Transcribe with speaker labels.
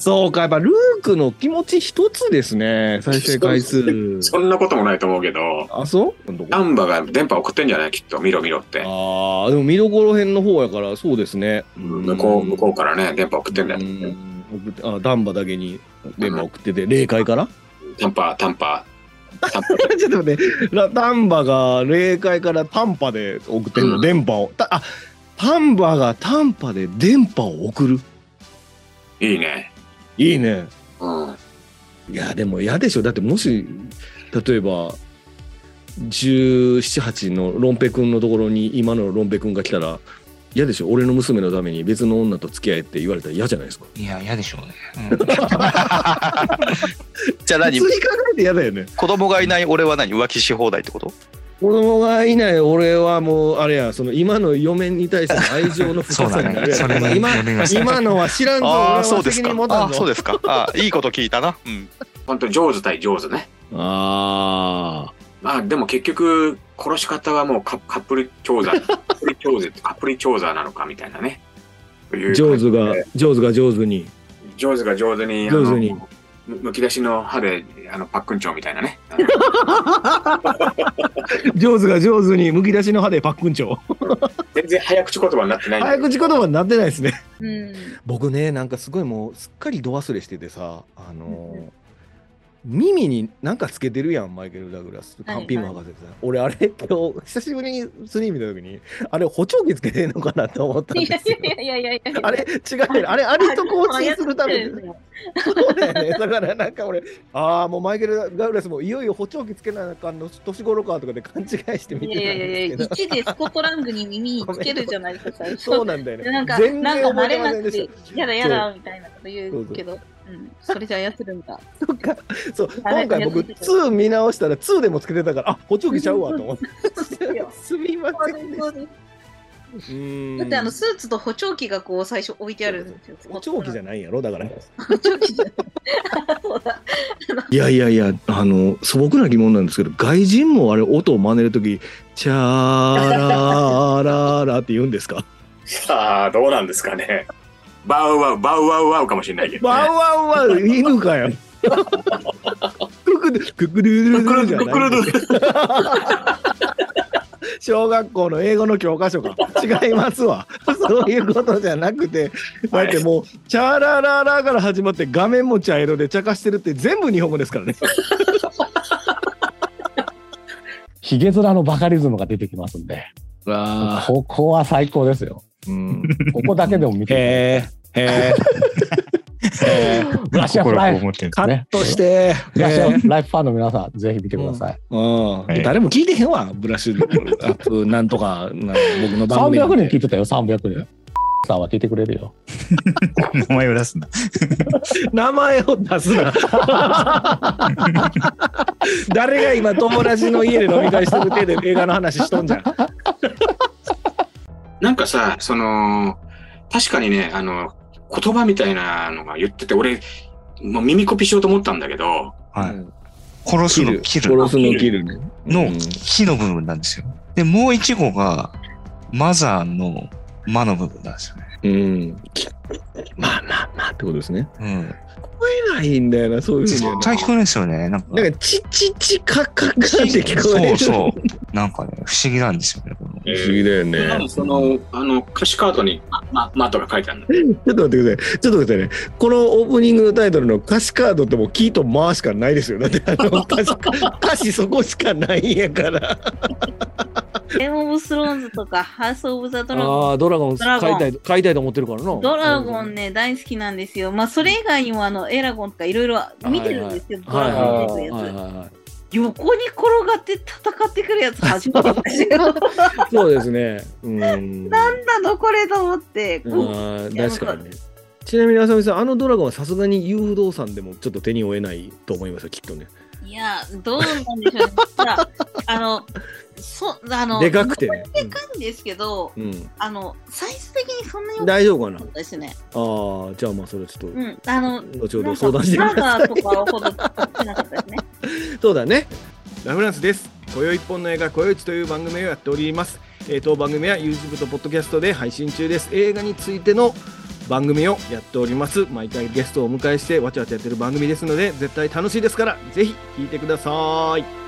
Speaker 1: そうか、やっぱルークの気持ち一つですね、再生回数。
Speaker 2: そんなこともないと思うけど、
Speaker 1: あ、そう
Speaker 2: ナンバが電波送ってんじゃないきっと、見ろ見ろって。
Speaker 1: ああ、でも見どころ編の方やから、そうですね。
Speaker 2: 向こう、向こうからね、電波送ってんだよ
Speaker 1: う。ん送ってあ、ダンバだけに電波送ってて、霊界から
Speaker 2: タンパー、タンパー。タンパ
Speaker 1: ちょっと待って、ラタンバが霊界からタンパで送ってんの、
Speaker 2: うん
Speaker 1: 電波を。たあタンバがタンパで電波を送る。
Speaker 2: ー。いいね。
Speaker 1: いいね。
Speaker 2: うん。
Speaker 1: いや、でも嫌でしょ。だってもし、例えば、17、8のロンペ君のところに今のロンペ君が来たら、嫌でしょ。俺の娘のために別の女と付き合えって言われたら嫌じゃないですか。
Speaker 3: いや、嫌でしょうね。うん
Speaker 4: じゃあ
Speaker 1: 普通
Speaker 4: 何
Speaker 1: に考えて嫌だよね。
Speaker 4: 子供がいない俺は何浮気し放題ってこと
Speaker 1: 子供がいない俺はもうあれやその今の嫁に対する愛情の深さになる
Speaker 3: そうだねそれに
Speaker 1: 今
Speaker 3: 読みました
Speaker 1: 今のは知らんぞ俺
Speaker 4: ああ
Speaker 1: は
Speaker 4: ーそうで
Speaker 1: 責
Speaker 4: すか
Speaker 1: 任持た
Speaker 4: あ
Speaker 1: ん
Speaker 4: ーそう
Speaker 1: ぞ
Speaker 4: ですかあーいいこと聞いたなうん
Speaker 2: 本当上手対上手ね。
Speaker 1: あ
Speaker 2: まあ、でも結局、殺し方はもうカカップル調査。カップル調査ってカップル調査なのかみたいなね。
Speaker 1: あ上手が。上手が上手に
Speaker 2: 上手が上手に、あ
Speaker 1: 上
Speaker 2: の
Speaker 1: 手に
Speaker 2: むむき出しの歯で、あの、パックンチョみたいなね。
Speaker 1: 上手が上手にむき出しの歯でパックンチョ
Speaker 2: 全然早口言葉になってないんだ
Speaker 1: 早
Speaker 2: けど。
Speaker 1: 口言葉になってないですね
Speaker 5: うん。
Speaker 1: 僕ねなんかすごいもうすっかり度忘れしててさあのー耳になんかつけてるやんマイケル・ダグラス
Speaker 5: はい
Speaker 1: カンピーム博士さん、俺あれ今日久しぶりにスリー見た時にあれ補聴器つけてんのかなと思ったん
Speaker 5: い
Speaker 1: で
Speaker 5: や
Speaker 1: すよ
Speaker 5: いやいやいやいや。
Speaker 1: あれ違うよねあれあれと更新するために。そうだよね。だからなんか俺、ああ、もうマイケル・ガウラスもいよいよ補聴器つけなあかんの年頃かとかで勘違いして見てたん
Speaker 5: いやいやいや
Speaker 1: で
Speaker 5: い
Speaker 1: すけ
Speaker 5: や、
Speaker 1: ど。
Speaker 5: 一でスコットランドに耳つけるじゃないですか、最
Speaker 1: そう
Speaker 5: 初。
Speaker 1: なんだよね。
Speaker 5: なんか、
Speaker 1: 全
Speaker 5: なん
Speaker 1: 然
Speaker 5: か
Speaker 1: 覚え
Speaker 5: 慣
Speaker 1: て
Speaker 5: れ
Speaker 1: ま
Speaker 5: な
Speaker 1: せん
Speaker 5: く
Speaker 1: で
Speaker 5: て
Speaker 1: し、
Speaker 5: やだやだみたいなこと言うけど、うん、それじゃ操るん だ。
Speaker 1: た。そう、
Speaker 5: あれ
Speaker 1: 今回僕、
Speaker 5: やってた
Speaker 1: 2見直したら2でもつけてたから、あ補聴器ちゃうわと思って。すみま
Speaker 5: そう
Speaker 1: せん
Speaker 5: で
Speaker 1: ですした
Speaker 5: そう
Speaker 1: う
Speaker 5: です
Speaker 1: ーん。
Speaker 5: だってあのスーツと補聴器がこう最初置いてあるんですよ。
Speaker 1: 補聴器じ
Speaker 5: ゃ
Speaker 1: ゃないんやろだから。
Speaker 5: 補聴器じゃない。そうだ。
Speaker 1: いやいやいや、あの、素朴な疑問なんですけど、外人もあれ、音を真似るとき、チャーラーラーって言うんです か
Speaker 2: さあ、どうなんですかね。バウワウ、バウワウワウかもしれないけど、
Speaker 1: ワ
Speaker 2: ね
Speaker 1: ン。ワンワン犬か よ。ククドゥククドゥドゥドゥじゃ
Speaker 2: ククル
Speaker 1: ない
Speaker 2: ドゥ
Speaker 1: 小学校の英語の教科書か違いますわそういうことじゃなくてだってもう「チャーラララ」から始まって画面も茶色で茶化してるって全部日本語ですからね
Speaker 6: ヒゲ面のバカリズムが出てきますんで、
Speaker 1: あ
Speaker 6: ここは最高ですよ。ここだけでも見て
Speaker 1: へえへ え
Speaker 6: ください、ブラッシュアップライフ、
Speaker 7: 持ってるん
Speaker 1: カットして
Speaker 6: ブラッシュアップライフファンの皆さん、ぜひ見てください。
Speaker 1: うん誰も聞いてへんわブラッシュアップなんとかな僕の番組
Speaker 6: 300人聞いてたよ、300人。さんは聞いてくれるよ。
Speaker 7: ね。名前を出すな。
Speaker 1: 名前を出す な誰が今友達の家で飲み会してる手で映画の話しとんじゃん
Speaker 2: なんかさ、その、確かにね、あの、言葉みたいなのが言ってて、俺、もう耳コピしようと思ったんだけど、
Speaker 7: はい。殺すの切るの
Speaker 1: 殺すの切るね
Speaker 7: の木の部分なんですよ。で、もう一語が、マザーの魔の部分なんですよね。
Speaker 1: うん、うんまあまあまあってことですね
Speaker 7: うん。
Speaker 1: 聞こえないんだよなそういうふうには
Speaker 7: 絶対聞こえないですよね。なんか。
Speaker 1: なんかチチチカカカって聞こえる
Speaker 7: そうそう。なんかね、不思議なんですよね。この
Speaker 1: 不思議だよね
Speaker 2: なんかその、あの、歌詞カードに、ま、ま、まとか書いてあるの。
Speaker 1: ちょっと待ってください。ちょっと待ってくださいね。このオープニングのタイトルの歌詞カードってもうキーと回しかないですよ。だってあ の歌詞歌詞そこしかないんやから。
Speaker 5: ゲームオブスローンズとか、ハウスオブザドラゴン。
Speaker 1: ああ、ドラゴン
Speaker 5: ドラゴン
Speaker 1: 買いたい、買いたいと思ってるからな。
Speaker 5: ドラゴンね、大好きなんですよ。まあ、それ以外にも、あの、エラゴンとかいろいろ見てるんですけど、ド
Speaker 1: はい
Speaker 5: ラ
Speaker 1: は
Speaker 5: ゴンって
Speaker 1: い
Speaker 5: やつ。
Speaker 1: はいはいはい。
Speaker 5: 横に転がって戦ってくるやつ初 めて見ましたよ。
Speaker 1: そうですね。うん。
Speaker 5: なんだのこれと思って、こう
Speaker 1: あー確かにね。ちなみに、あさみさん、あのドラゴンはさすがに遊不動産でもちょっと手に負えないと思いますよ、きっとね。
Speaker 5: いや、どうなんでしょうね。ほらあの、そ、あの、
Speaker 1: でかくてね。
Speaker 5: でかいんですけど、
Speaker 1: うんうん
Speaker 5: あの、サイズ的にそんなに大き
Speaker 1: 大丈夫かな
Speaker 5: かったですね。
Speaker 1: ああ、じゃあまあ、それちょっと、
Speaker 5: うん、あの、
Speaker 1: 後ほど相談してみ
Speaker 5: な
Speaker 1: ま
Speaker 5: ん
Speaker 1: す
Speaker 5: かマナーとかほどしなかったですね。
Speaker 1: そうだね。ラフランスです。今宵一本の映画、今宵一という番組をやっております。えー当番組は YouTube と Podcast で配信中です。映画についての番組をやっております毎回ゲストをお迎えしてわちゃわちゃやってる番組ですので絶対楽しいですからぜひ聞いてください